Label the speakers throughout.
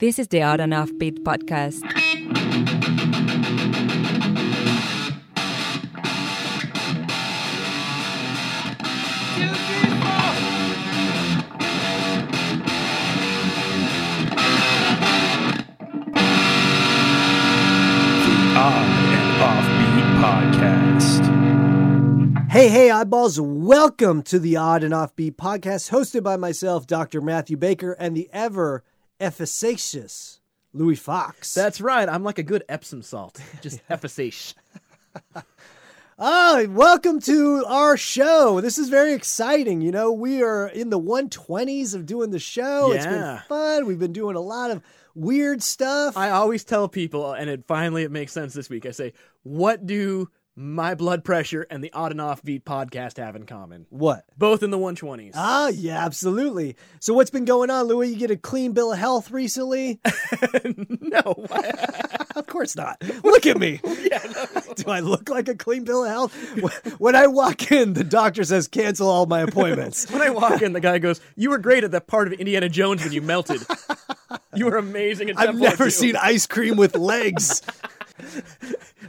Speaker 1: This is the Out and Off Beat podcast.
Speaker 2: On and Offbeat Podcast.
Speaker 3: Hey, hey, eyeballs, welcome to the Odd and Offbeat podcast hosted by myself, Dr. Matthew Baker, and the ever efficacious Louis Fox.
Speaker 4: That's right. I'm like a good Epsom salt. Just efficacious.
Speaker 3: oh, welcome to our show. This is very exciting. You know, we are in the 120s of doing the show. It's been
Speaker 4: Yeah.
Speaker 3: fun. We've been doing a lot of weird stuff.
Speaker 4: I always tell people, and it finally it makes sense this week. I say, what do my blood pressure and the odd and off beat podcast have in common?
Speaker 3: what?
Speaker 4: Both in the 120s.
Speaker 3: Ah, yeah, absolutely. So, what's been going on, Louis? You get a clean bill of health recently?
Speaker 4: no.
Speaker 3: Of course not. Look at me. Do I look like a clean bill of health? When I walk in, the doctor says, cancel all my appointments.
Speaker 4: when I walk in, the guy goes, "You were great at that part of Indiana Jones when you melted. you were amazing at."
Speaker 3: I've
Speaker 4: Temple of
Speaker 3: never
Speaker 4: Doom."
Speaker 3: seen ice cream with legs.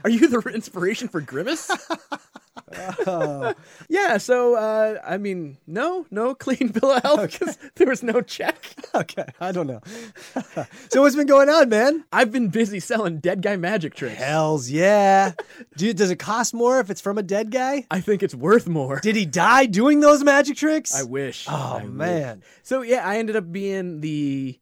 Speaker 4: Are you the inspiration for Grimace? yeah. So uh, I mean, no, no clean bill of health because there was no check.
Speaker 3: okay, I don't know. so, what's been going on, man?
Speaker 4: I've been busy selling dead guy magic tricks.
Speaker 3: Hells yeah. Do you- does it cost more if it's from a dead guy?
Speaker 4: I think it's worth more.
Speaker 3: Did he die doing those magic tricks?
Speaker 4: I wish.
Speaker 3: Oh,
Speaker 4: I wish.
Speaker 3: man.
Speaker 4: So yeah, I ended up being the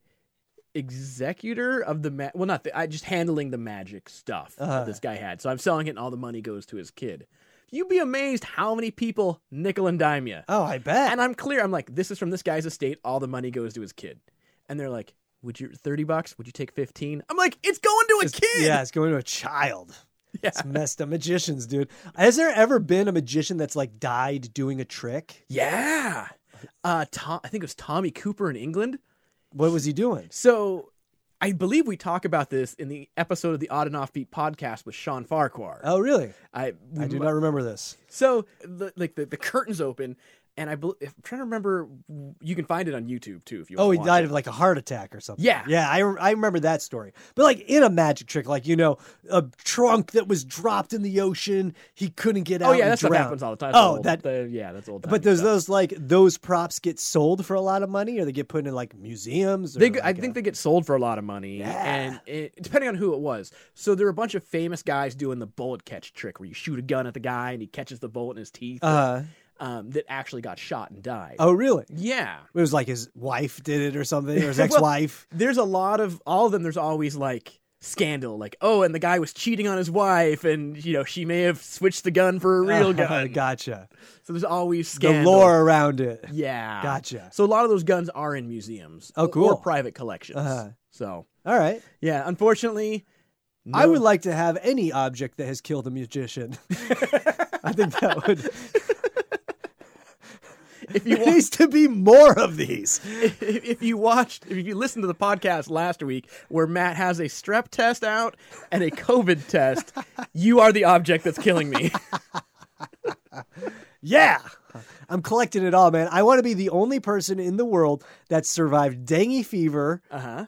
Speaker 4: executor of the ma- well, not the, I just handling the magic stuff
Speaker 3: Uh-huh.
Speaker 4: that this guy had. So I'm selling it, and all the money goes to his kid. You'd be amazed how many people nickel and dime you.
Speaker 3: Oh, I bet.
Speaker 4: And I'm clear. I'm like, this is from this guy's estate. All the money goes to his kid. And they're like, would you thirty bucks? Would you take fifteen? I'm like, it's going to a kid.
Speaker 3: Yeah, it's going to a child.
Speaker 4: Yeah.
Speaker 3: It's messed up. Magicians, dude. Has there ever been a magician that's like died doing a trick?
Speaker 4: Yeah. Uh, Tom, I think it was Tommy Cooper in England.
Speaker 3: What was he doing?
Speaker 4: So I believe we talk about this in the episode of the Odd and Offbeat podcast with Sean Farquhar.
Speaker 3: Oh, really?
Speaker 4: I, we
Speaker 3: I do
Speaker 4: mu-
Speaker 3: not remember this.
Speaker 4: So the, like the, the curtains open, and I bel if, I'm trying to remember. You can find it on YouTube too if you.
Speaker 3: Oh,
Speaker 4: wanna
Speaker 3: he
Speaker 4: watch
Speaker 3: died
Speaker 4: it.
Speaker 3: of like a heart attack or something.
Speaker 4: Yeah.
Speaker 3: Yeah, I, I remember that story. But like in a magic trick, like, you know, a trunk that was dropped in the ocean, he couldn't get out.
Speaker 4: Oh yeah,
Speaker 3: and
Speaker 4: that stuff
Speaker 3: drowned.
Speaker 4: happens all the time. It's
Speaker 3: Oh,
Speaker 4: old-
Speaker 3: that.
Speaker 4: the- yeah, that's old.
Speaker 3: but
Speaker 4: timey
Speaker 3: does
Speaker 4: stuff.
Speaker 3: those like those props get sold for a lot of money, or they get put in like museums? Or,
Speaker 4: They, g- I
Speaker 3: like,
Speaker 4: think
Speaker 3: uh,
Speaker 4: they get sold for a lot of money,
Speaker 3: Yeah.
Speaker 4: and it, depending on who it was. So there were a bunch of famous guys doing the bullet catch trick, where you shoot a gun at the guy and he catches the bullet in his teeth.
Speaker 3: Uh,
Speaker 4: um, that actually got shot and died.
Speaker 3: oh, really?
Speaker 4: Yeah,
Speaker 3: It was like his wife did it or something, or his
Speaker 4: Well,
Speaker 3: ex-wife.
Speaker 4: there's a lot of all of them there's always like scandal like oh and the guy was cheating on his wife and you know she may have switched the gun for a real gun
Speaker 3: gotcha.
Speaker 4: so there's always scandal
Speaker 3: Oh, The lore around it.
Speaker 4: yeah
Speaker 3: Gotcha.
Speaker 4: so a lot of those guns are in museums
Speaker 3: Oh,
Speaker 4: or-
Speaker 3: cool.
Speaker 4: or private collections
Speaker 3: Uh-huh.
Speaker 4: so
Speaker 3: All right.
Speaker 4: yeah unfortunately
Speaker 3: I
Speaker 4: no-
Speaker 3: would like to have any object that has killed a magician. I think that would.
Speaker 4: if you
Speaker 3: There
Speaker 4: wa-
Speaker 3: needs to be more of these.
Speaker 4: if, if you watched if you listened to the podcast last week where Matt has a strep test out and a covid test you are the object that's killing me
Speaker 3: Yeah. I'm collecting it all, man. I want to be the only person in the world that survived dengue fever,
Speaker 4: uh-huh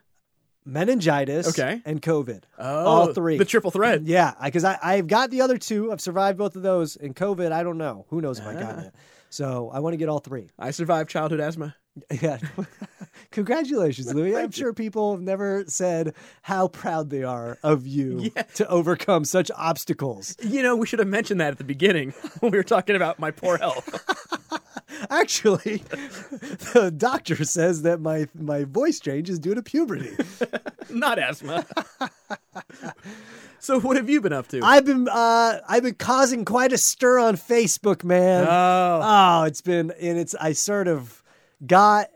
Speaker 3: meningitis,
Speaker 4: Okay.
Speaker 3: and COVID.
Speaker 4: oh
Speaker 3: all three.
Speaker 4: the triple threat
Speaker 3: yeah, because I, I've got the other two. I've survived both of those. And COVID, I don't know. Who knows if I
Speaker 4: Ah.
Speaker 3: got it. So I want to get all three.
Speaker 4: I survived childhood asthma.
Speaker 3: Yeah. Congratulations, Louis. I'm sure people have never said how proud they are of you to overcome such obstacles.
Speaker 4: You know, we should have mentioned that at the beginning when we were talking about my poor health.
Speaker 3: Actually, the doctor says that my my voice change is due to puberty.
Speaker 4: Not asthma. so, what have you been up to?
Speaker 3: I've been uh, I've been causing quite a stir on Facebook, man.
Speaker 4: oh,
Speaker 3: oh, it's been and it's I sort of got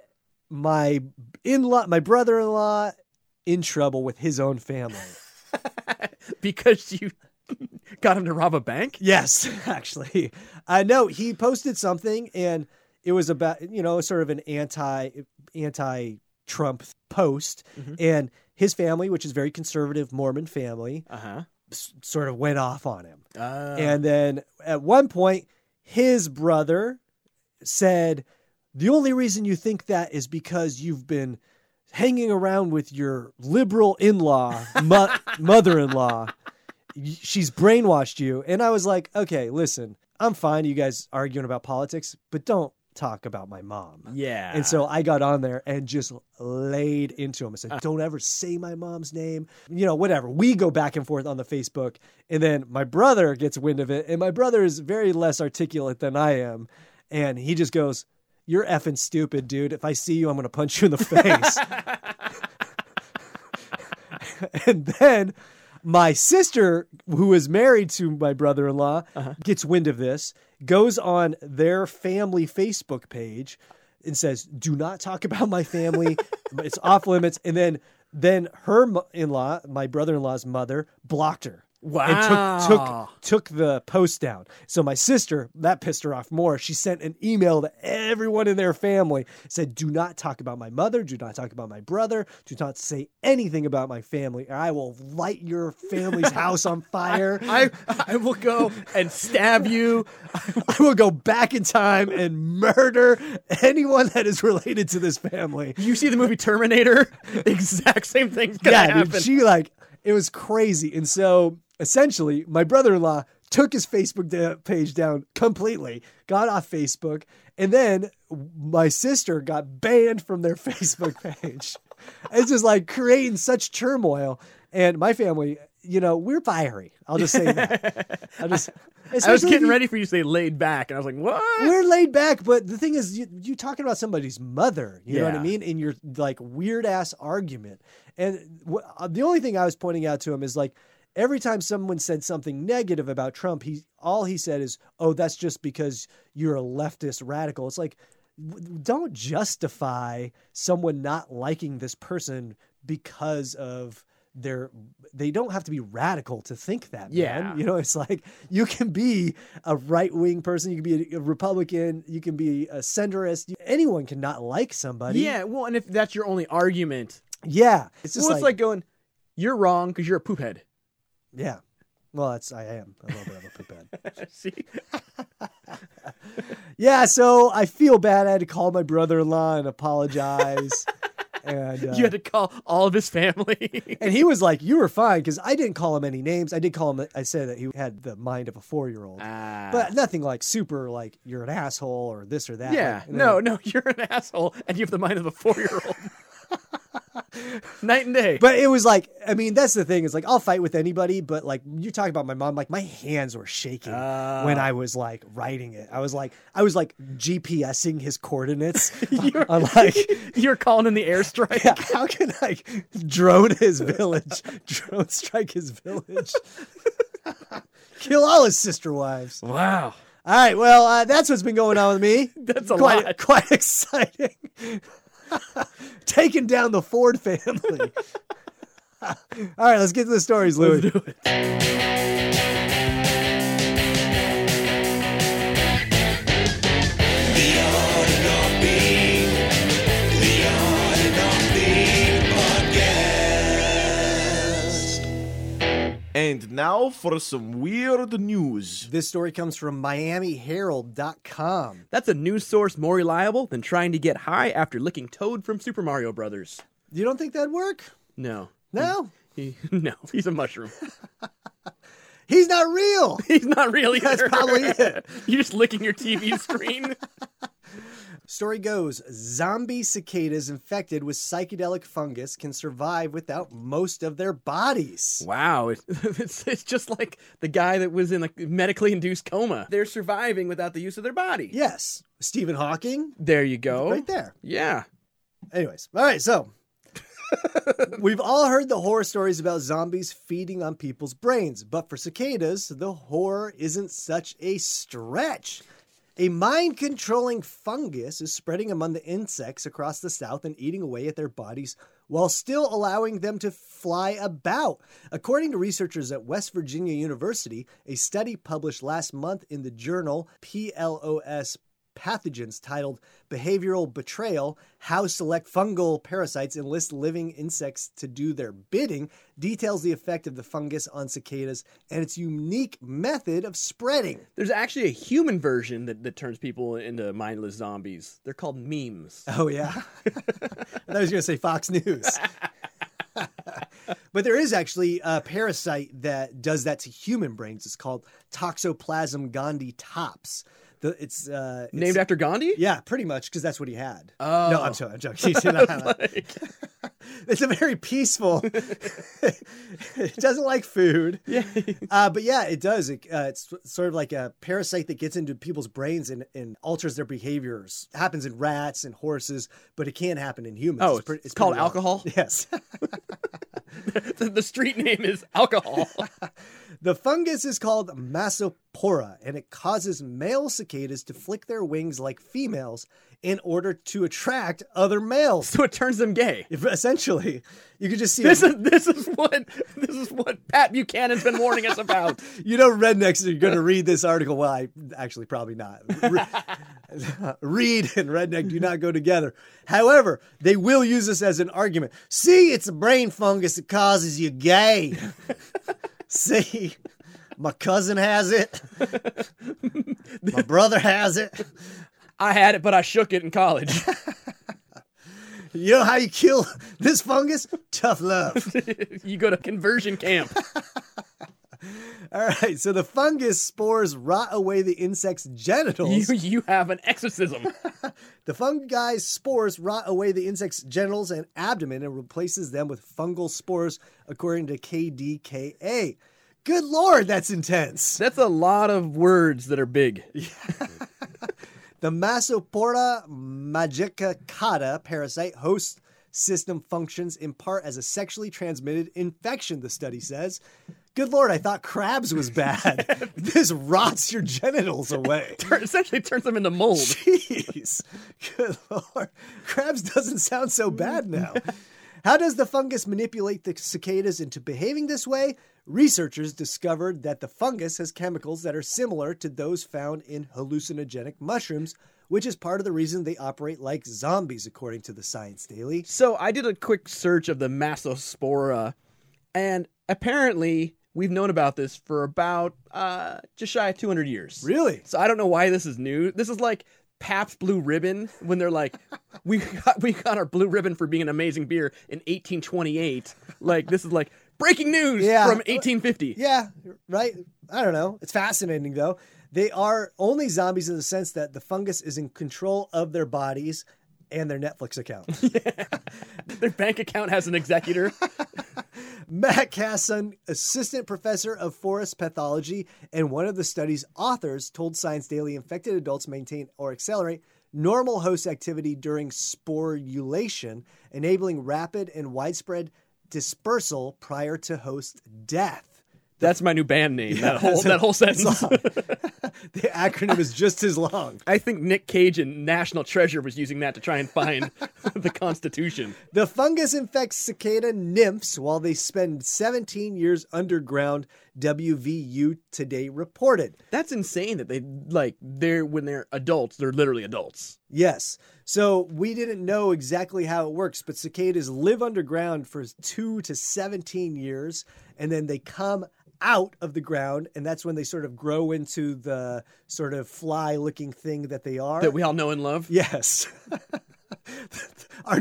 Speaker 3: my in law my brother in law in trouble with his own family.
Speaker 4: because you got him to rob a bank?
Speaker 3: Yes, actually. Uh, no, he posted something and it was about, you know, sort of an anti anti Trump post and his family, which is very conservative Mormon family,
Speaker 4: Uh-huh.
Speaker 3: s- sort of went off on him.
Speaker 4: Uh
Speaker 3: And then at one point his brother said, "The only reason you think that is because you've been hanging around with your liberal in-law mo- mother-in-law y- she's brainwashed you and i was like okay listen i'm fine you guys arguing about politics but don't talk about my mom
Speaker 4: Yeah.
Speaker 3: and so I got on there and just laid into him. I said, "Don't ever say my mom's name." You know, whatever. We go back and forth on the Facebook, and then my brother gets wind of it, and my brother is very less articulate than I am, and he just goes, "You're effing stupid, dude. If I see you, I'm gonna punch you in the face." and then my sister, who is married to my brother in law, gets wind of this, goes on their family Facebook page and says, Do not talk about my family. it's off limits. And then then her in law, my brother in law's mother, blocked her. And took,
Speaker 4: Wow.
Speaker 3: took took the post down. So my sister, that pissed her off more. She sent an email to everyone in their family, said, Do not talk about my mother, do not talk about my brother, do not say anything about my family, or I will light your family's house on fire.
Speaker 4: I, I will go and stab you.
Speaker 3: I will go back in time and murder anyone that is related to this family.
Speaker 4: You see the movie Terminator? Exact same thing's gonna
Speaker 3: yeah,
Speaker 4: happen.
Speaker 3: dude, she like it was crazy. And so essentially, my brother-in-law took his Facebook da- page down completely, got off Facebook, and then my sister got banned from their Facebook page. it's just like creating such turmoil. And my family, you know, we're fiery. I'll just say that. I just
Speaker 4: I was
Speaker 3: especially if
Speaker 4: getting
Speaker 3: you-
Speaker 4: ready for you to say laid back, and I was like, what?
Speaker 3: we're laid back, but the thing is, you, you talking about somebody's mother. You know what I
Speaker 4: Yeah.
Speaker 3: mean? In your like weird ass argument, and wh- uh, the only thing I was pointing out to him is like every time someone said something negative about Trump, he all he said is, "Oh, that's just because you're a leftist radical." It's like w- don't justify someone not liking this person because of their they don't have to be radical to think that
Speaker 4: Yeah.
Speaker 3: man. you know it's like you can be a right-wing person you can be a republican you can be a centrist You- anyone can not like somebody
Speaker 4: Yeah, well, and if that's your only argument,
Speaker 3: yeah it's just
Speaker 4: well,
Speaker 3: like,
Speaker 4: it's like going, you're wrong because you're a poophead.
Speaker 3: yeah well that's i am a little bit of a poop head
Speaker 4: See?
Speaker 3: yeah so i feel bad i had to call my brother-in-law and apologize and uh,
Speaker 4: You had to call all of his family.
Speaker 3: And he was like, "You were fine," because I didn't call him any names. I did call him. I said that he had the mind of a four-year-old,
Speaker 4: Ah.
Speaker 3: but nothing like super like you're an asshole or this or that.
Speaker 4: yeah,
Speaker 3: Like, you know.
Speaker 4: no, no, you're an asshole, and you have the mind of a four year old. Night and day.
Speaker 3: But it was like, I mean, that's the thing. Is like I'll fight with anybody, but like you talk about my mom, like my hands were shaking when I was like writing it. I was like, I was like GPSing his coordinates. I'm like.
Speaker 4: you're calling in the airstrike.
Speaker 3: Yeah, how can I drone his village? Drone strike his village. Kill all his sister wives.
Speaker 4: Wow.
Speaker 3: All right, well, uh, that's what's been going on with me.
Speaker 4: That's a
Speaker 3: quite,
Speaker 4: lot.
Speaker 3: Quite exciting. Taking down the Ford family. All right, let's get to the stories, Louis.
Speaker 4: do it.
Speaker 5: And now for some weird news.
Speaker 3: This story comes from MiamiHerald.com.
Speaker 4: That's a news source more reliable than trying to get high after licking Toad from Super Mario Brothers.
Speaker 3: You don't think that'd work?
Speaker 4: No.
Speaker 3: No,
Speaker 4: He, no, he's a mushroom.
Speaker 3: he's not real.
Speaker 4: He's not really.
Speaker 3: That's probably it.
Speaker 4: You're just licking your TV screen.
Speaker 3: Story goes zombie cicadas infected with psychedelic fungus can survive without most of their bodies.
Speaker 4: wow, it's, it's it's just like the guy that was in a medically induced coma. They're surviving without the use of their body.
Speaker 3: Yes, Stephen Hawking,
Speaker 4: There you go.
Speaker 3: right there.
Speaker 4: Yeah.
Speaker 3: Anyways, all right, so we've all heard the horror stories about zombies feeding on people's brains, but for cicadas, the horror isn't such a stretch. A mind controlling fungus is spreading among the insects across the south and eating away at their bodies while still allowing them to fly about. According to researchers at West Virginia University, a study published last month in the journal PLOS pathogens titled Behavioral Betrayal How Select Fungal Parasites Enlist Living Insects to Do Their Bidding, details the effect of the fungus on cicadas and its unique method of spreading.
Speaker 4: There's actually a human version that, that turns people into mindless zombies. They're called memes.
Speaker 3: Oh yeah. I was going to say Fox News. but there is actually a parasite that does that to human brains. It's called Toxoplasm gondii tops. The, it's uh, it's-
Speaker 4: Named after Gandhi?
Speaker 3: yeah, pretty much because that's what he had.
Speaker 4: Oh.
Speaker 3: No, I'm sorry, I'm joking. it's a very peaceful. it doesn't like food.
Speaker 4: Yeah.
Speaker 3: Uh, but yeah, it does. It, uh, it's sort of like a parasite that gets into people's brains and, and alters their behaviors. It happens in rats and horses, but it can happen in humans.
Speaker 4: Oh, it's,
Speaker 3: pre-
Speaker 4: it's called
Speaker 3: pretty wild.
Speaker 4: alcohol.
Speaker 3: Yes.
Speaker 4: the, the street name is alcohol.
Speaker 3: The fungus is called Massopora, and it causes male cicadas to flick their wings like females in order to attract other males.
Speaker 4: so it turns them gay.
Speaker 3: If- Essentially, you could just see
Speaker 4: This is this is what this is what Pat Buchanan's been warning us about.
Speaker 3: you know rednecks are going to read this article. Well, I actually probably not. Re- Reed and redneck do not go together. However, they will use this as an argument. See, it's a brain fungus that causes you gay. See, my cousin has it. my brother has it.
Speaker 4: I had it, but I shook it in college.
Speaker 3: You know how you kill this fungus? Tough love.
Speaker 4: you go to conversion camp.
Speaker 3: All right, so the fungus spores rot away the insect's
Speaker 4: You
Speaker 3: genitals.
Speaker 4: you have an exorcism.
Speaker 3: The fungi's spores rot away the insect's genitals and abdomen and replaces them with fungal spores, according to KDKA. Good lord, that's intense.
Speaker 4: That's a lot of words that are big.
Speaker 3: The Massopora magicacata parasite host system functions in part as a sexually transmitted infection, the study says. Good lord, I thought crabs was bad. this rots your genitals away.
Speaker 4: Tur- essentially turns them into mold.
Speaker 3: Jeez. Good lord. Crabs doesn't sound so bad now. How does the fungus manipulate the cicadas into behaving this way? Researchers discovered that the fungus has chemicals that are similar to those found in hallucinogenic mushrooms, which is part of the reason they operate like zombies, according to the Science Daily.
Speaker 4: So I did a quick search of the Massospora, and apparently we've known about this for about uh, just shy of 200 years.
Speaker 3: Really?
Speaker 4: So I don't know why this is new. This is like Pabst Blue Ribbon when they're like, we got, we got our blue ribbon for being an amazing beer in 1828. Like this is like breaking news
Speaker 3: Yeah.
Speaker 4: from 1850.
Speaker 3: Yeah, right. I don't know. It's fascinating though. They are only zombies in the sense that the fungus is in control of their bodies and their Netflix account.
Speaker 4: Their bank account has an executor.
Speaker 3: Matt Casson, assistant professor of forest pathology and one of the study's authors, told Science Daily infected adults maintain or accelerate normal host activity during sporulation, enabling rapid and widespread dispersal prior to host death.
Speaker 4: That's my new band name. that whole that whole
Speaker 3: It's
Speaker 4: sentence.
Speaker 3: long. the acronym is just as long.
Speaker 4: I think Nick Cage in National Treasure was using that to try and find the Constitution.
Speaker 3: The fungus infects cicada nymphs while they spend 17 years underground, WVU Today reported.
Speaker 4: That's insane that they like they're when they're adults, they're literally adults.
Speaker 3: Yes. So we didn't know exactly how it works, but cicadas live underground for two to 17 years, and then they come out of the ground, and that's when they sort of grow into the sort of fly looking thing that they are.
Speaker 4: That we all know and love.
Speaker 3: yes. Our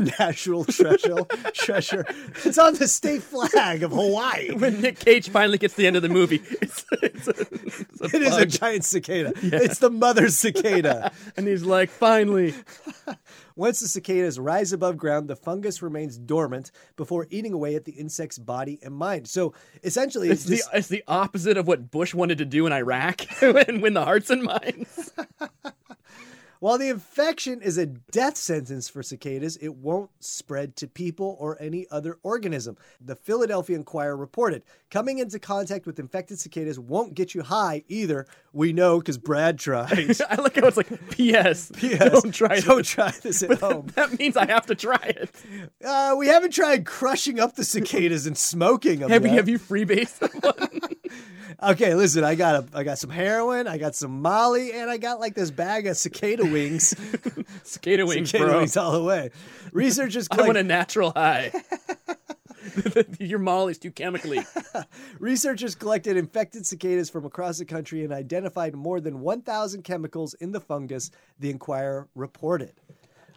Speaker 3: natural treasure. treasure. It's on the state flag of Hawaii.
Speaker 4: When Nick Cage finally gets to the end of the movie, it's, it's a, it's a
Speaker 3: It is a
Speaker 4: bug.
Speaker 3: giant cicada. It's the mother cicada.
Speaker 4: and he's like, finally,
Speaker 3: Once the cicadas rise above ground, the fungus remains dormant before eating away at the insect's body and mind. So essentially,
Speaker 4: it's
Speaker 3: it's,
Speaker 4: the
Speaker 3: just-
Speaker 4: it's the opposite of what Bush wanted to do in Iraq and win the hearts and minds.
Speaker 3: while the infection is a death sentence for cicadas, it won't spread to people or any other organism. The Philadelphia Inquirer reported coming into contact with infected cicadas won't get you high either. We know because Brad tried.
Speaker 4: I like how it's like, P.S.
Speaker 3: Yes.
Speaker 4: Don't try
Speaker 3: Don't
Speaker 4: this.
Speaker 3: try this at home.
Speaker 4: That means I have to try it.
Speaker 3: Uh, we haven't tried crushing up the cicadas and smoking them.
Speaker 4: Have you
Speaker 3: yet.
Speaker 4: have you freebased someone?
Speaker 3: Okay, listen, I got a, I got some heroin, I got some Molly, and I got like this bag of cicada wings.
Speaker 4: Skater wings,
Speaker 3: cicada
Speaker 4: bro.
Speaker 3: wings all the way. Researchers
Speaker 4: I
Speaker 3: collect,
Speaker 4: want a natural high. Your Molly's too chemically.
Speaker 3: researchers collected infected cicadas from across the country and identified more than 1,000 chemicals in the fungus. The Inquirer reported.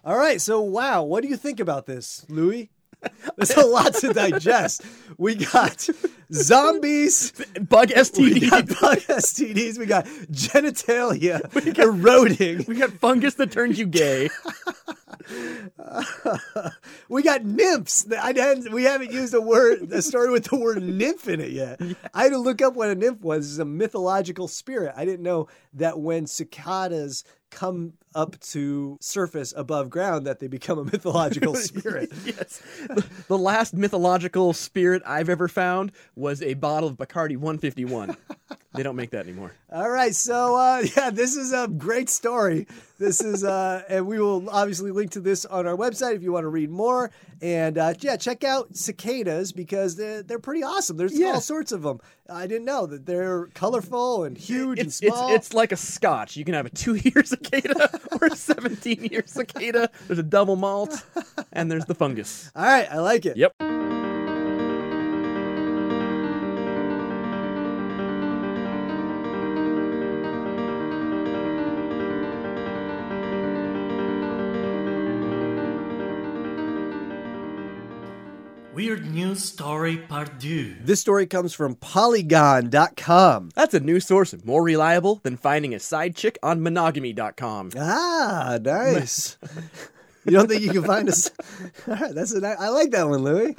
Speaker 3: All right, so wow, what do you think about this, Louis? There's a lot to digest. We got zombies.
Speaker 4: Bug
Speaker 3: We got
Speaker 4: STD.
Speaker 3: bug STDs. We got genitalia eroding.
Speaker 4: We got fungus that turns you gay.
Speaker 3: We got nymphs. I hadn't, we haven't used a word that started with the word nymph in it yet. I had to look up what a nymph was. It's a mythological spirit. I didn't know that when cicadas come up to surface above ground that they become a mythological spirit.
Speaker 4: yes. The, the last mythological spirit I've ever found was a bottle of Bacardi 151. they don't make that anymore.
Speaker 3: All right, so uh, yeah, this is a great story. This is, uh, and we will obviously link to this on our website if you want to read more. And uh, yeah, check out cicadas because they're, they're pretty awesome. There's
Speaker 4: Yeah.
Speaker 3: all sorts of them. I didn't know that they're colorful and huge and
Speaker 4: It's, it's
Speaker 3: small.
Speaker 4: it's like a scotch. You can have a two year cicada or a 17 year cicada. There's a double malt, and there's the fungus.
Speaker 3: all right, I like it.
Speaker 4: Yep.
Speaker 6: Weird news story part two.
Speaker 3: This story comes from Polygon.com.
Speaker 4: That's a news source more reliable than finding a side chick on monogamy.com.
Speaker 3: Ah, nice. you don't think you can find us? All right, that's a ni- I like that one, Louis.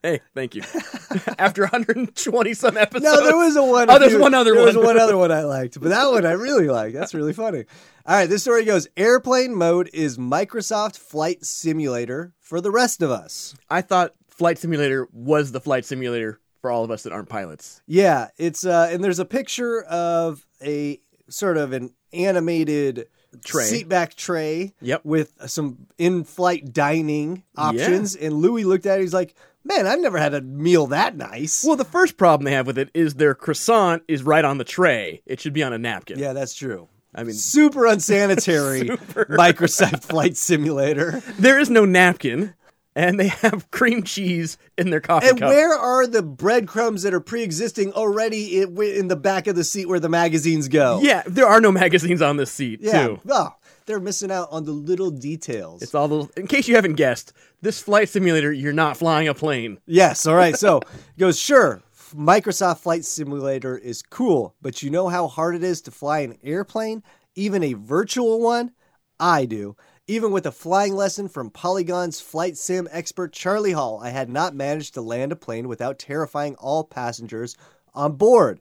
Speaker 4: Hey, thank you. After 120 some episodes.
Speaker 3: No, there was a one.
Speaker 4: Oh,
Speaker 3: a
Speaker 4: there's
Speaker 3: few-
Speaker 4: one other
Speaker 3: there was
Speaker 4: one.
Speaker 3: one other one I liked, but that one I really liked. That's really funny. All right, this story goes: Airplane mode is Microsoft Flight Simulator for the rest of us.
Speaker 4: I thought Flight Simulator was the flight simulator for all of us that aren't pilots.
Speaker 3: Yeah, it's uh, and there's a picture of a sort of an animated
Speaker 4: Tray.
Speaker 3: seatback tray.
Speaker 4: Yep.
Speaker 3: with some in-flight dining options, and Louis looked at it. He's like, "Man, I've never had a meal that nice."
Speaker 4: Well, the first problem they have with it is their croissant is right on the tray. It should be on a napkin.
Speaker 3: yeah, that's true.
Speaker 4: I mean,
Speaker 3: Super unsanitary Microsoft Flight Simulator.
Speaker 4: there is no napkin, and they have cream cheese in their coffee
Speaker 3: And
Speaker 4: cup.
Speaker 3: where are the breadcrumbs that are pre-existing already in, in the back of the seat where the magazines go?
Speaker 4: Yeah, there are no magazines on this seat,
Speaker 3: yeah.
Speaker 4: too.
Speaker 3: Oh, they're missing out on the little details.
Speaker 4: It's all the. In case you haven't guessed, this flight simulator, you're not flying a plane.
Speaker 3: yes. All right. So he goes, sure. Microsoft Flight Simulator is cool, but you know how hard it is to fly an airplane, even a virtual one? I do. Even with a flying lesson from Polygon's flight sim expert Charlie Hall, I had not managed to land a plane without terrifying all passengers on board.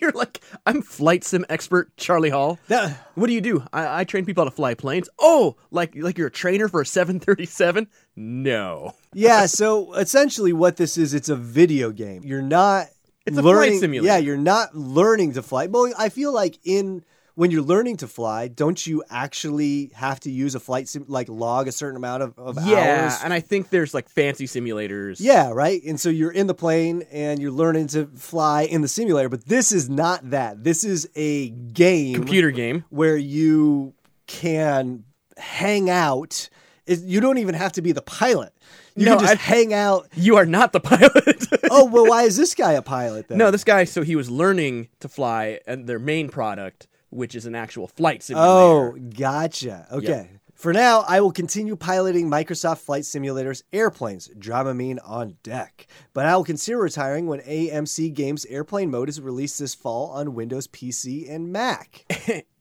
Speaker 4: You're like, I'm flight sim expert Charlie Hall.
Speaker 3: That,
Speaker 4: What do you do? I, I train people how to fly planes. Oh, like like you're a trainer for a 737? No.
Speaker 3: yeah so essentially what this is it's a video game you're not
Speaker 4: It's a flight
Speaker 3: learning
Speaker 4: simulator.
Speaker 3: yeah you're not learning to fly well i feel like in when you're learning to fly don't you actually have to use a flight sim like log a certain amount of, of
Speaker 4: Yeah,
Speaker 3: hours
Speaker 4: and I think there's like fancy simulators.
Speaker 3: yeah right and so you're in the plane and you're learning to fly in the simulator but this is not that this is a game
Speaker 4: Computer game.
Speaker 3: where you can hang out It- you don't even have to be the pilot you
Speaker 4: No,
Speaker 3: can just
Speaker 4: I-
Speaker 3: hang out
Speaker 4: You are not the pilot.
Speaker 3: oh well why is this guy a pilot then
Speaker 4: no, this guy, so he was learning to fly and their main product, which is an actual flight simulator.
Speaker 3: oh gotcha okay for now i will continue piloting microsoft flight simulators airplanes dramamine on deck but i will consider retiring when amc games airplane mode is released this fall on windows pc and mac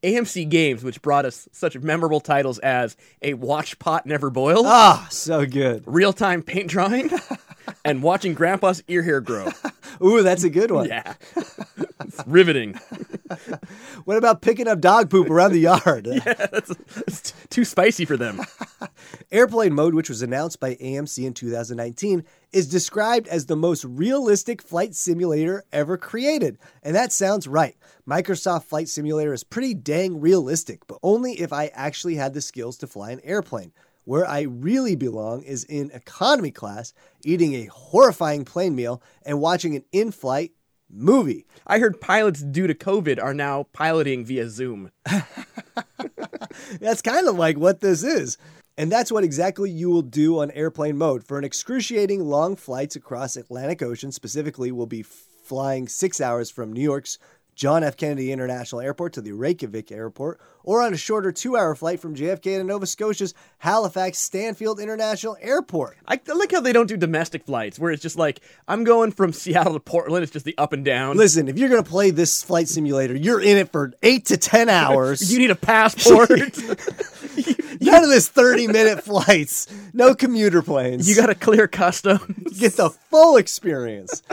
Speaker 4: AMC Games, which brought us such memorable titles as A Watch Pot Never Boil,
Speaker 3: ah so good
Speaker 4: Real Time Paint Drawing, and Watching Grandpa's Ear Hair Grow.
Speaker 3: ooh that's a good one
Speaker 4: Yeah. It's riveting.
Speaker 3: what about picking up dog poop around the yard
Speaker 4: It's t- too spicy for them.
Speaker 3: Airplane mode, which was announced by AMC in 2019, is described as the most realistic flight simulator ever created. And that sounds right. Microsoft Flight Simulator is pretty dang realistic, but only if I actually had the skills to fly an airplane. Where I really belong is in economy class, eating a horrifying plane meal and watching an in flight movie.
Speaker 4: I heard pilots due to COVID are now piloting via Zoom.
Speaker 3: That's kind of like what this is. And that's what exactly you will do on airplane mode. For an excruciating long flights across Atlantic Ocean, specifically, we'll be flying six hours from New York's John F. Kennedy International Airport to the Reykjavik Airport, or on a shorter two hour flight from JFK to Nova Scotia's Halifax Stanfield International Airport.
Speaker 4: I, I like how they don't do domestic flights where it's just like I'm going from Seattle to Portland. It's just the up and down.
Speaker 3: Listen, if you're going to play this flight simulator, you're in it for eight to 10 hours.
Speaker 4: You need a passport.
Speaker 3: None of this 30 minute flights, no commuter planes.
Speaker 4: you got to clear customs.
Speaker 3: get the full experience.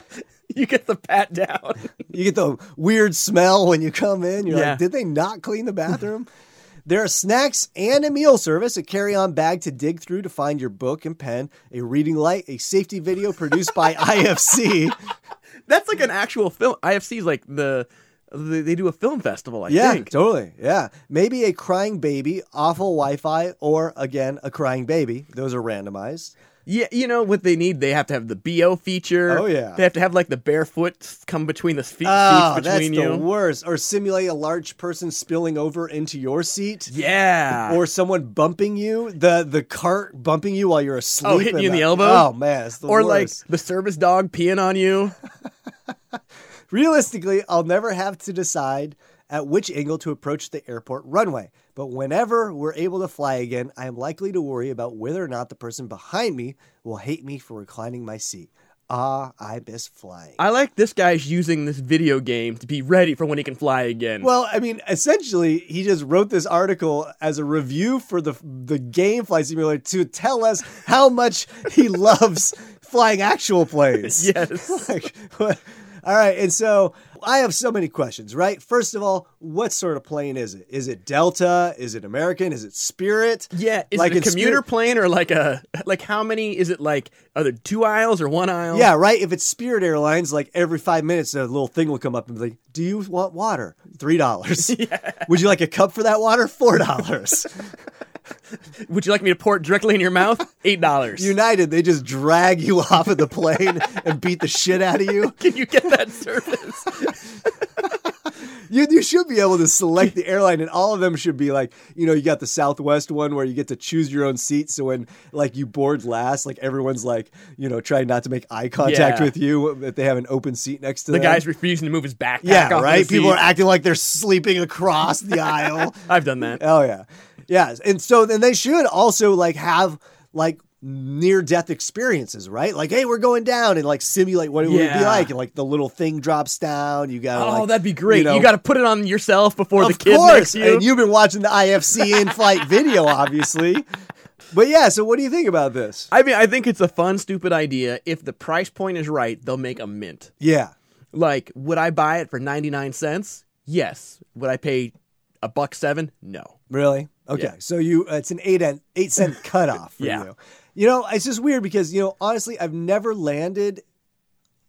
Speaker 4: You get the pat down.
Speaker 3: You get the weird smell when you come in. You're
Speaker 4: Yeah.
Speaker 3: like, did they not clean the bathroom? there are snacks and a meal service, a carry on bag to dig through to find your book and pen, a reading light, a safety video produced by IFC.
Speaker 4: That's like an actual film. IFC's like the they, they do a film festival. I
Speaker 3: Yeah,
Speaker 4: think.
Speaker 3: totally. Yeah. Maybe a crying baby, awful Wi Fi, or again, a crying baby. Those are randomized.
Speaker 4: Yeah, you know what they need? They have to have the BO feature.
Speaker 3: Oh, yeah.
Speaker 4: They have to have like the barefoot come between the feet,
Speaker 3: Oh,
Speaker 4: seats
Speaker 3: that's
Speaker 4: between you.
Speaker 3: the worst. Or simulate a large person spilling over into your seat.
Speaker 4: yeah.
Speaker 3: or someone bumping you, the the cart bumping you while you're asleep.
Speaker 4: Oh, hitting you in the
Speaker 3: that-
Speaker 4: elbow?
Speaker 3: Oh man, it's the
Speaker 4: or like
Speaker 3: worst.
Speaker 4: the service dog peeing on you.
Speaker 3: realistically, I'll never have to decide at which angle to approach the airport runway. But whenever we're able to fly again, I am likely to worry about whether or not the person behind me will hate me for reclining my seat. Ah, I miss flying.
Speaker 4: I like this guy's using this video game to be ready for when he can fly again.
Speaker 3: Well, I mean, essentially, he just wrote this article as a review for the the game Flight Simulator to tell us how much he loves flying actual planes.
Speaker 4: Yes.
Speaker 3: Like, what- All right, and so I have so many questions, right? First of all, what sort of plane is it? Is it Delta? Is it American? Is it Spirit?
Speaker 4: yeah, is
Speaker 3: like
Speaker 4: it
Speaker 3: in
Speaker 4: a commuter
Speaker 3: Spirit-
Speaker 4: plane or like a like how many is it like are there two aisles or one aisle?
Speaker 3: Yeah, right. If it's Spirit Airlines, like every five minutes, a little thing will come up and be like, "Do you want water? Three dollars. Would you like a cup for that water? Four dollars."
Speaker 4: Would you like me to pour it directly in your mouth? Eight dollars.
Speaker 3: United, they just drag you off of the plane and beat the shit out of you.
Speaker 4: Can you get that service?
Speaker 3: you. You should be able to select the airline, and all of them should be like, you know, you got the Southwest one where you get to choose your own seat. So when like you board last, like everyone's like, you know, trying not to make eye contact
Speaker 4: Yeah.
Speaker 3: with you if they have an open seat next to
Speaker 4: the
Speaker 3: them.
Speaker 4: guy's refusing to move his backpack.
Speaker 3: yeah,
Speaker 4: off
Speaker 3: right.
Speaker 4: the
Speaker 3: People are
Speaker 4: seat.
Speaker 3: acting like they're sleeping across the aisle.
Speaker 4: I've done that.
Speaker 3: Oh yeah, yeah. And so then they should also like have like near death experiences, right? Like, hey, we're going down, and like simulate what it would be
Speaker 4: Yeah.
Speaker 3: like, and like the little thing drops down. You got
Speaker 4: Oh, that'd be great. You, got to put it on yourself before the
Speaker 3: of
Speaker 4: kid
Speaker 3: course.
Speaker 4: next to you.
Speaker 3: And you've been watching the IFC in-flight video, obviously. But yeah, so what do you think about this?
Speaker 4: I mean, I think it's a fun, stupid idea. If the price point is right, they'll make a mint.
Speaker 3: Yeah,
Speaker 4: Like, would I buy it for ninety nine cents? Yes. Would I pay a buck seven? No.
Speaker 3: really. Okay,
Speaker 4: Yeah.
Speaker 3: so you uh, it's an eight en- eight cent cutoff for
Speaker 4: Yeah.
Speaker 3: you. You know, it's just weird because you know, honestly, I've never landed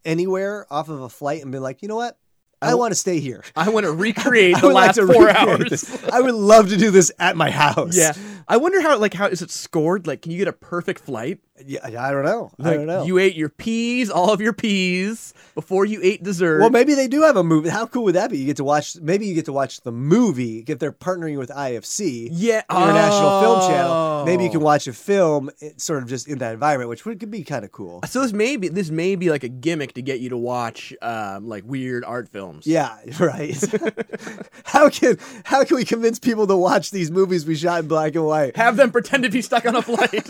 Speaker 3: anywhere off of a flight and been like, you know what, I want to stay here.
Speaker 4: I want to recreate
Speaker 3: I
Speaker 4: the
Speaker 3: would like
Speaker 4: last
Speaker 3: to
Speaker 4: four
Speaker 3: recreate
Speaker 4: hours.
Speaker 3: this. I would love to do this at my house.
Speaker 4: Yeah. I wonder how like how is it scored? Like, can you get a perfect flight?
Speaker 3: Yeah, I don't know. I
Speaker 4: Like,
Speaker 3: don't know.
Speaker 4: You ate your peas, all of your peas before you ate dessert.
Speaker 3: well, maybe they do have a movie. How cool would that be? You get to watch. Maybe you get to watch the movie if they're partnering with IFC,
Speaker 4: Yeah.
Speaker 3: International Film Channel. Maybe you
Speaker 4: Oh.
Speaker 3: can watch a film, eh, sort of just in that environment, which would could be kind of cool.
Speaker 4: So this may be this may be like a gimmick to get you to watch um, like weird art films.
Speaker 3: Yeah, right. how can how can we convince people to watch these movies we shot in black and white?
Speaker 4: Have them pretend to be stuck on a flight.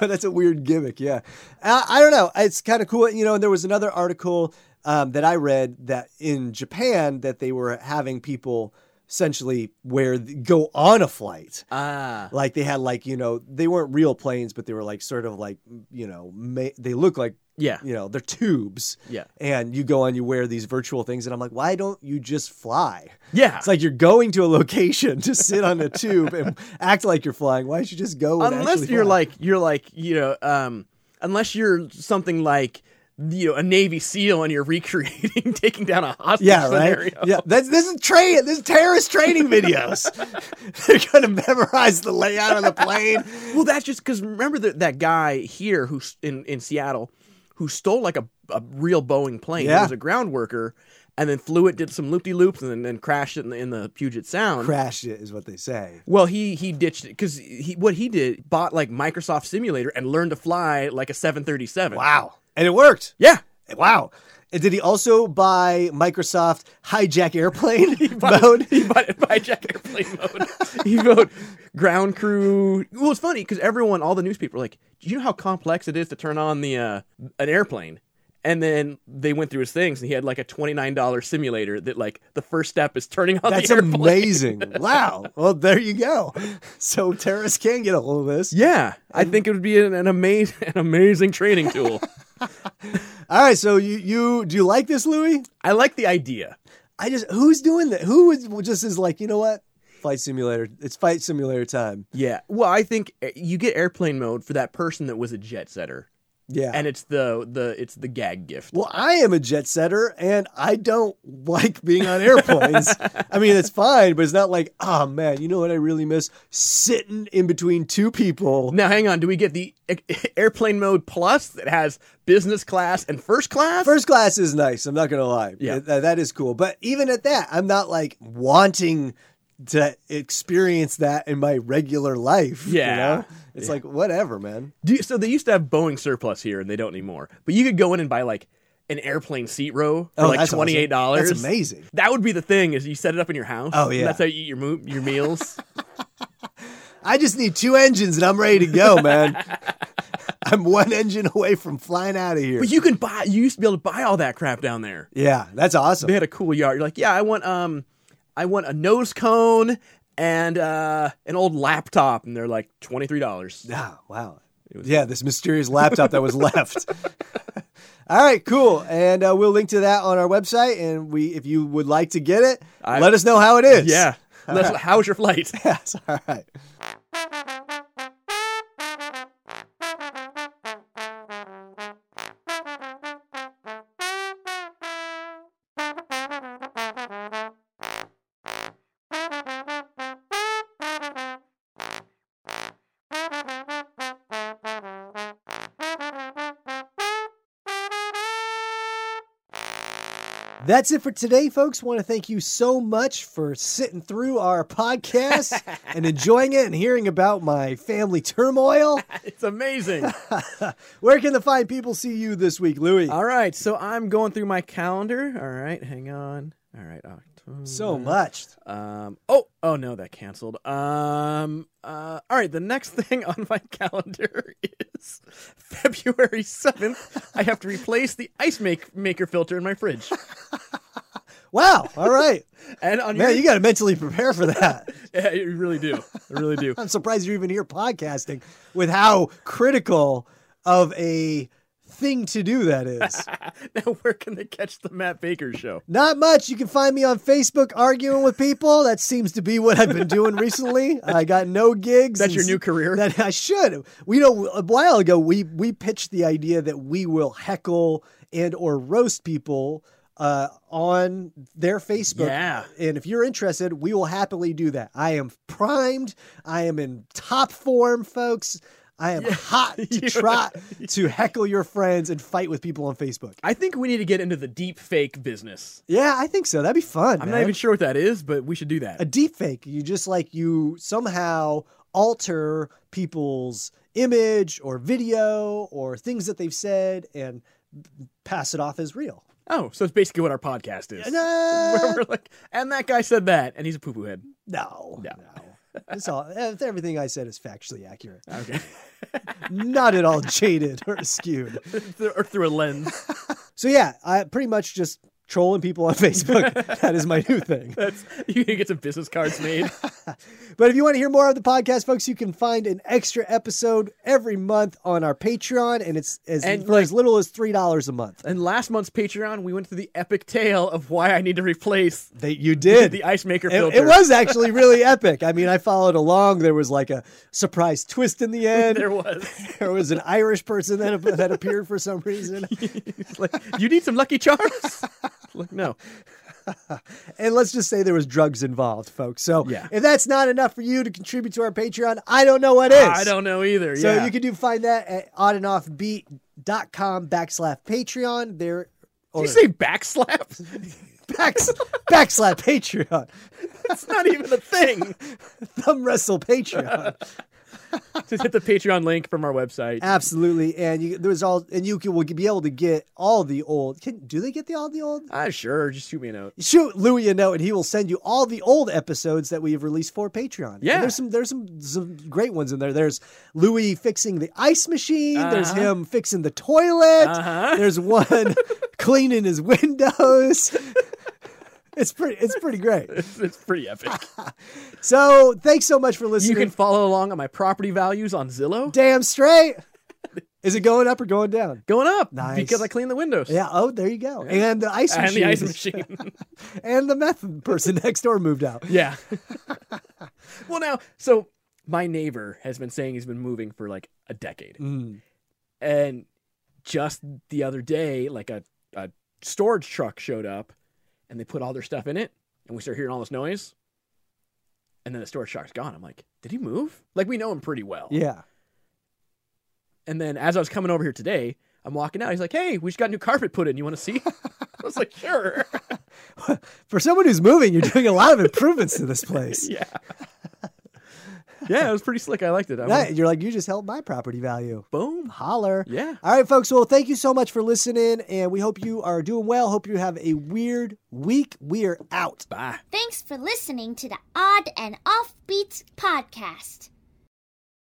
Speaker 3: That's a weird gimmick. Yeah, Uh, I, I don't know. It's kind of cool. You know, there was another article um, that I read that in Japan that they were having people essentially where go on a flight.
Speaker 4: Ah.
Speaker 3: Like they had like you know they weren't real planes, but they were like sort of like you know ma- they look like
Speaker 4: yeah.
Speaker 3: you know they're tubes.
Speaker 4: Yeah.
Speaker 3: And you go on, you wear these virtual things, and I'm like, why don't you just fly?
Speaker 4: Yeah.
Speaker 3: It's like you're going to a location to sit on a tube and act like you're flying. Why don't you just go? and
Speaker 4: unless
Speaker 3: actually
Speaker 4: you're
Speaker 3: fly?
Speaker 4: like you're like you know um unless you're something like you know a Navy SEAL and you're recreating taking down a hostage
Speaker 3: Yeah,
Speaker 4: scenario.
Speaker 3: right. Yeah, that's, this is train. This is terrorist training videos. They're gonna memorize the layout of the plane.
Speaker 4: Well, that's just because remember that that guy here who's in in Seattle who stole like a a real Boeing plane.
Speaker 3: Yeah.
Speaker 4: It was a ground worker, and then flew it, did some loop de loops, and then and crashed it in the, in the Puget Sound.
Speaker 3: crashed it is what they say.
Speaker 4: Well, he he ditched it because he what he did bought like Microsoft Simulator and learned to fly like a 737.
Speaker 3: Wow, and it worked.
Speaker 4: Yeah.
Speaker 3: Wow. And did he also buy Microsoft hijack airplane mode?
Speaker 4: He bought it by Jack Airplane mode. he wrote ground crew. Well, it's funny because everyone, all the news people, are like, "Do you know how complex it is to turn on the uh, an airplane?" And then they went through his things, and he had like a twenty nine dollar simulator that like the first step is turning on
Speaker 3: That's
Speaker 4: the airplane.
Speaker 3: amazing. Wow. Well, there you go. So terrorists can get a hold of this.
Speaker 4: Yeah, I think it would be an, an amazing, an amazing training tool.
Speaker 3: All right. So you you do you like this, Louis?
Speaker 4: I like the idea.
Speaker 3: I just who's doing that? Who is just is like you know what? Flight simulator. It's flight simulator time.
Speaker 4: Yeah. Well, I think uh, you get airplane mode for that person that was a jet setter,
Speaker 3: Yeah.
Speaker 4: and it's the the it's the gag gift.
Speaker 3: well, I am a jet setter, and I don't like being on airplanes. I mean, it's fine, but it's not like, oh man, you know what? I really miss sitting in between two people.
Speaker 4: Now, hang on. Do we get the a- airplane mode plus that has business class and first class?
Speaker 3: First class is nice. I'm not gonna lie.
Speaker 4: Yeah.
Speaker 3: Th- that is cool. But even at that, I'm not like wanting to experience that in my regular life. you
Speaker 4: Yeah.
Speaker 3: know? It's like whatever, man.
Speaker 4: Do you- so they used to have Boeing surplus here, and they don't anymore. But you could go in and buy like an airplane seat row for
Speaker 3: Oh,
Speaker 4: like
Speaker 3: that's awesome.
Speaker 4: twenty eight dollars.
Speaker 3: That's amazing.
Speaker 4: That would be the thing is you set it up in your house.
Speaker 3: Oh,
Speaker 4: and
Speaker 3: yeah.
Speaker 4: that's how you eat your mo- your meals.
Speaker 3: I just need two engines and I'm ready to go, man. I'm one engine away from flying out of here.
Speaker 4: but you can buy. You used to be able to buy all that crap down there.
Speaker 3: yeah, that's awesome.
Speaker 4: They had a cool yard. You're like, yeah, I want um, I want a nose cone and uh, an old laptop, and they're like twenty three dollars.
Speaker 3: Ah, wow. Yeah, this mysterious laptop that was left. All right, cool. And uh, we'll link to that on our website. And we, if you would like to get it,
Speaker 4: I-
Speaker 3: let us know how it is.
Speaker 4: Yeah. Let's- How was your flight?
Speaker 3: Yes. All right. That's it for today, folks. Want to thank you so much for sitting through our podcast and enjoying it and hearing about my family turmoil.
Speaker 4: It's amazing.
Speaker 3: Where can the fine people see you this week, Louis?
Speaker 4: All right, so I'm going through my calendar. All right, hang on. All right, October.
Speaker 3: So much.
Speaker 4: Um. Oh. Oh no, that canceled. Um. Uh. All right. The next thing on my calendar is February seventh. I have to replace the ice make maker filter in my fridge.
Speaker 3: Wow. All right.
Speaker 4: And on
Speaker 3: Man,
Speaker 4: your,
Speaker 3: you got to mentally prepare for that.
Speaker 4: yeah, you really do. I really do.
Speaker 3: I'm surprised you're even here podcasting with how critical of a thing to do that is.
Speaker 4: now, where can they catch the Matt Baker show?
Speaker 3: Not much. You can find me on Facebook arguing with people. That seems to be what I've been doing recently. I got no gigs.
Speaker 4: That's your
Speaker 3: and-
Speaker 4: new career?
Speaker 3: That I should. We know a while ago we we pitched the idea that we will heckle and or roast people uh, on their Facebook.
Speaker 4: Yeah.
Speaker 3: And if you're interested, we will happily do that. I am primed. I am in top form, folks. I am hot to trot to heckle your friends and fight with people on Facebook.
Speaker 4: I think we need to get into the deep fake business.
Speaker 3: Yeah, I think so. That'd be fun.
Speaker 4: I'm
Speaker 3: man.
Speaker 4: not even sure what that is, but we should do that.
Speaker 3: a deep fake. You just like you somehow alter people's image or video or things that they've said and pass it off as real. uh,
Speaker 4: Oh, so it's basically what our podcast is.
Speaker 3: No,
Speaker 4: where we're like, and that guy said that, and he's a poo poo head.
Speaker 3: no, no. It's all eh, everything I said is factually accurate,
Speaker 4: Okay.
Speaker 3: not at all jaded or skewed.
Speaker 4: or through a lens.
Speaker 3: So yeah, I pretty much just trolling people on Facebook. that is my new thing.
Speaker 4: That's you can get some business cards made.
Speaker 3: But if you want to hear more of the podcast, folks, you can find an extra episode every month on our Patreon, and it's as,
Speaker 4: And,
Speaker 3: for
Speaker 4: like-
Speaker 3: as little as three dollars a month.
Speaker 4: And last month's Patreon, we went through the epic tale of why I need to replace
Speaker 3: They, you did.
Speaker 4: the ice maker
Speaker 3: it,
Speaker 4: filter.
Speaker 3: it was actually really epic. I mean, I followed along. There was like a surprise twist in the end.
Speaker 4: there was.
Speaker 3: There was an Irish person that, that appeared for some reason.
Speaker 4: It's like, you need some lucky charms. like, no.
Speaker 3: And let's just say there was drugs involved, folks. So
Speaker 4: Yeah.
Speaker 3: if that's not enough for you to contribute to our Patreon, I don't know what is.
Speaker 4: I don't know either.
Speaker 3: So
Speaker 4: yeah.
Speaker 3: you can do find that at oddandoffbeat.com dot com backslash Patreon. There,
Speaker 4: Did
Speaker 3: or
Speaker 4: you say backslap?
Speaker 3: backs, backslash Patreon,
Speaker 4: That's not even a thing.
Speaker 3: thumb wrestle Patreon.
Speaker 4: Just hit the Patreon link from our website.
Speaker 3: Ah. Absolutely, and you, there's all, and you can will be able to get all the old. Can, do they get the all the old?
Speaker 4: Ah, sure. Just shoot me a note.
Speaker 3: shoot Louis a note and he will send you all the old episodes that we have released for Patreon. And
Speaker 4: Yeah.
Speaker 3: there's some there's some, some great ones in there. There's Louis fixing the ice machine. There's
Speaker 4: Uh-huh.
Speaker 3: him fixing the toilet.
Speaker 4: Uh-huh.
Speaker 3: There's one cleaning his windows. It's pretty. It's pretty great.
Speaker 4: It's, it's pretty epic.
Speaker 3: Ah, So thanks so much for
Speaker 4: you
Speaker 3: listening.
Speaker 4: can follow along on my property values on Zillow.
Speaker 3: damn straight. Is it going up or going down?
Speaker 4: Going up
Speaker 3: Nice.
Speaker 4: because I clean the windows.
Speaker 3: Yeah. Oh, there you go. And the ice
Speaker 4: And
Speaker 3: machine.
Speaker 4: the ice machine.
Speaker 3: And the meth person next door moved out.
Speaker 4: Yeah. well, now, so my neighbor has been saying he's been moving for like a decade.
Speaker 3: Mm.
Speaker 4: And just the other day, like a, a storage truck showed up and they put all their stuff in it. And we start hearing all this noise. And then the storage truck's gone. I'm like, did he move? Like, we know him pretty well.
Speaker 3: Yeah.
Speaker 4: And then as I was coming over here today, I'm walking out. He's like, hey, we just got new carpet put in. You want to see? I was like, sure.
Speaker 3: For someone who's moving, you're doing a lot of improvements to this place.
Speaker 4: yeah. Yeah, it was pretty slick. I liked it. I
Speaker 3: That-
Speaker 4: went,
Speaker 3: you're like, you just helped my property value.
Speaker 4: boom.
Speaker 3: Holler.
Speaker 4: Yeah.
Speaker 3: All right, folks. Well, thank you so much for listening, and we hope you are doing well. Hope you have a weird week. We are out.
Speaker 4: Bye.
Speaker 7: Thanks for listening to the Odd and Offbeat podcast.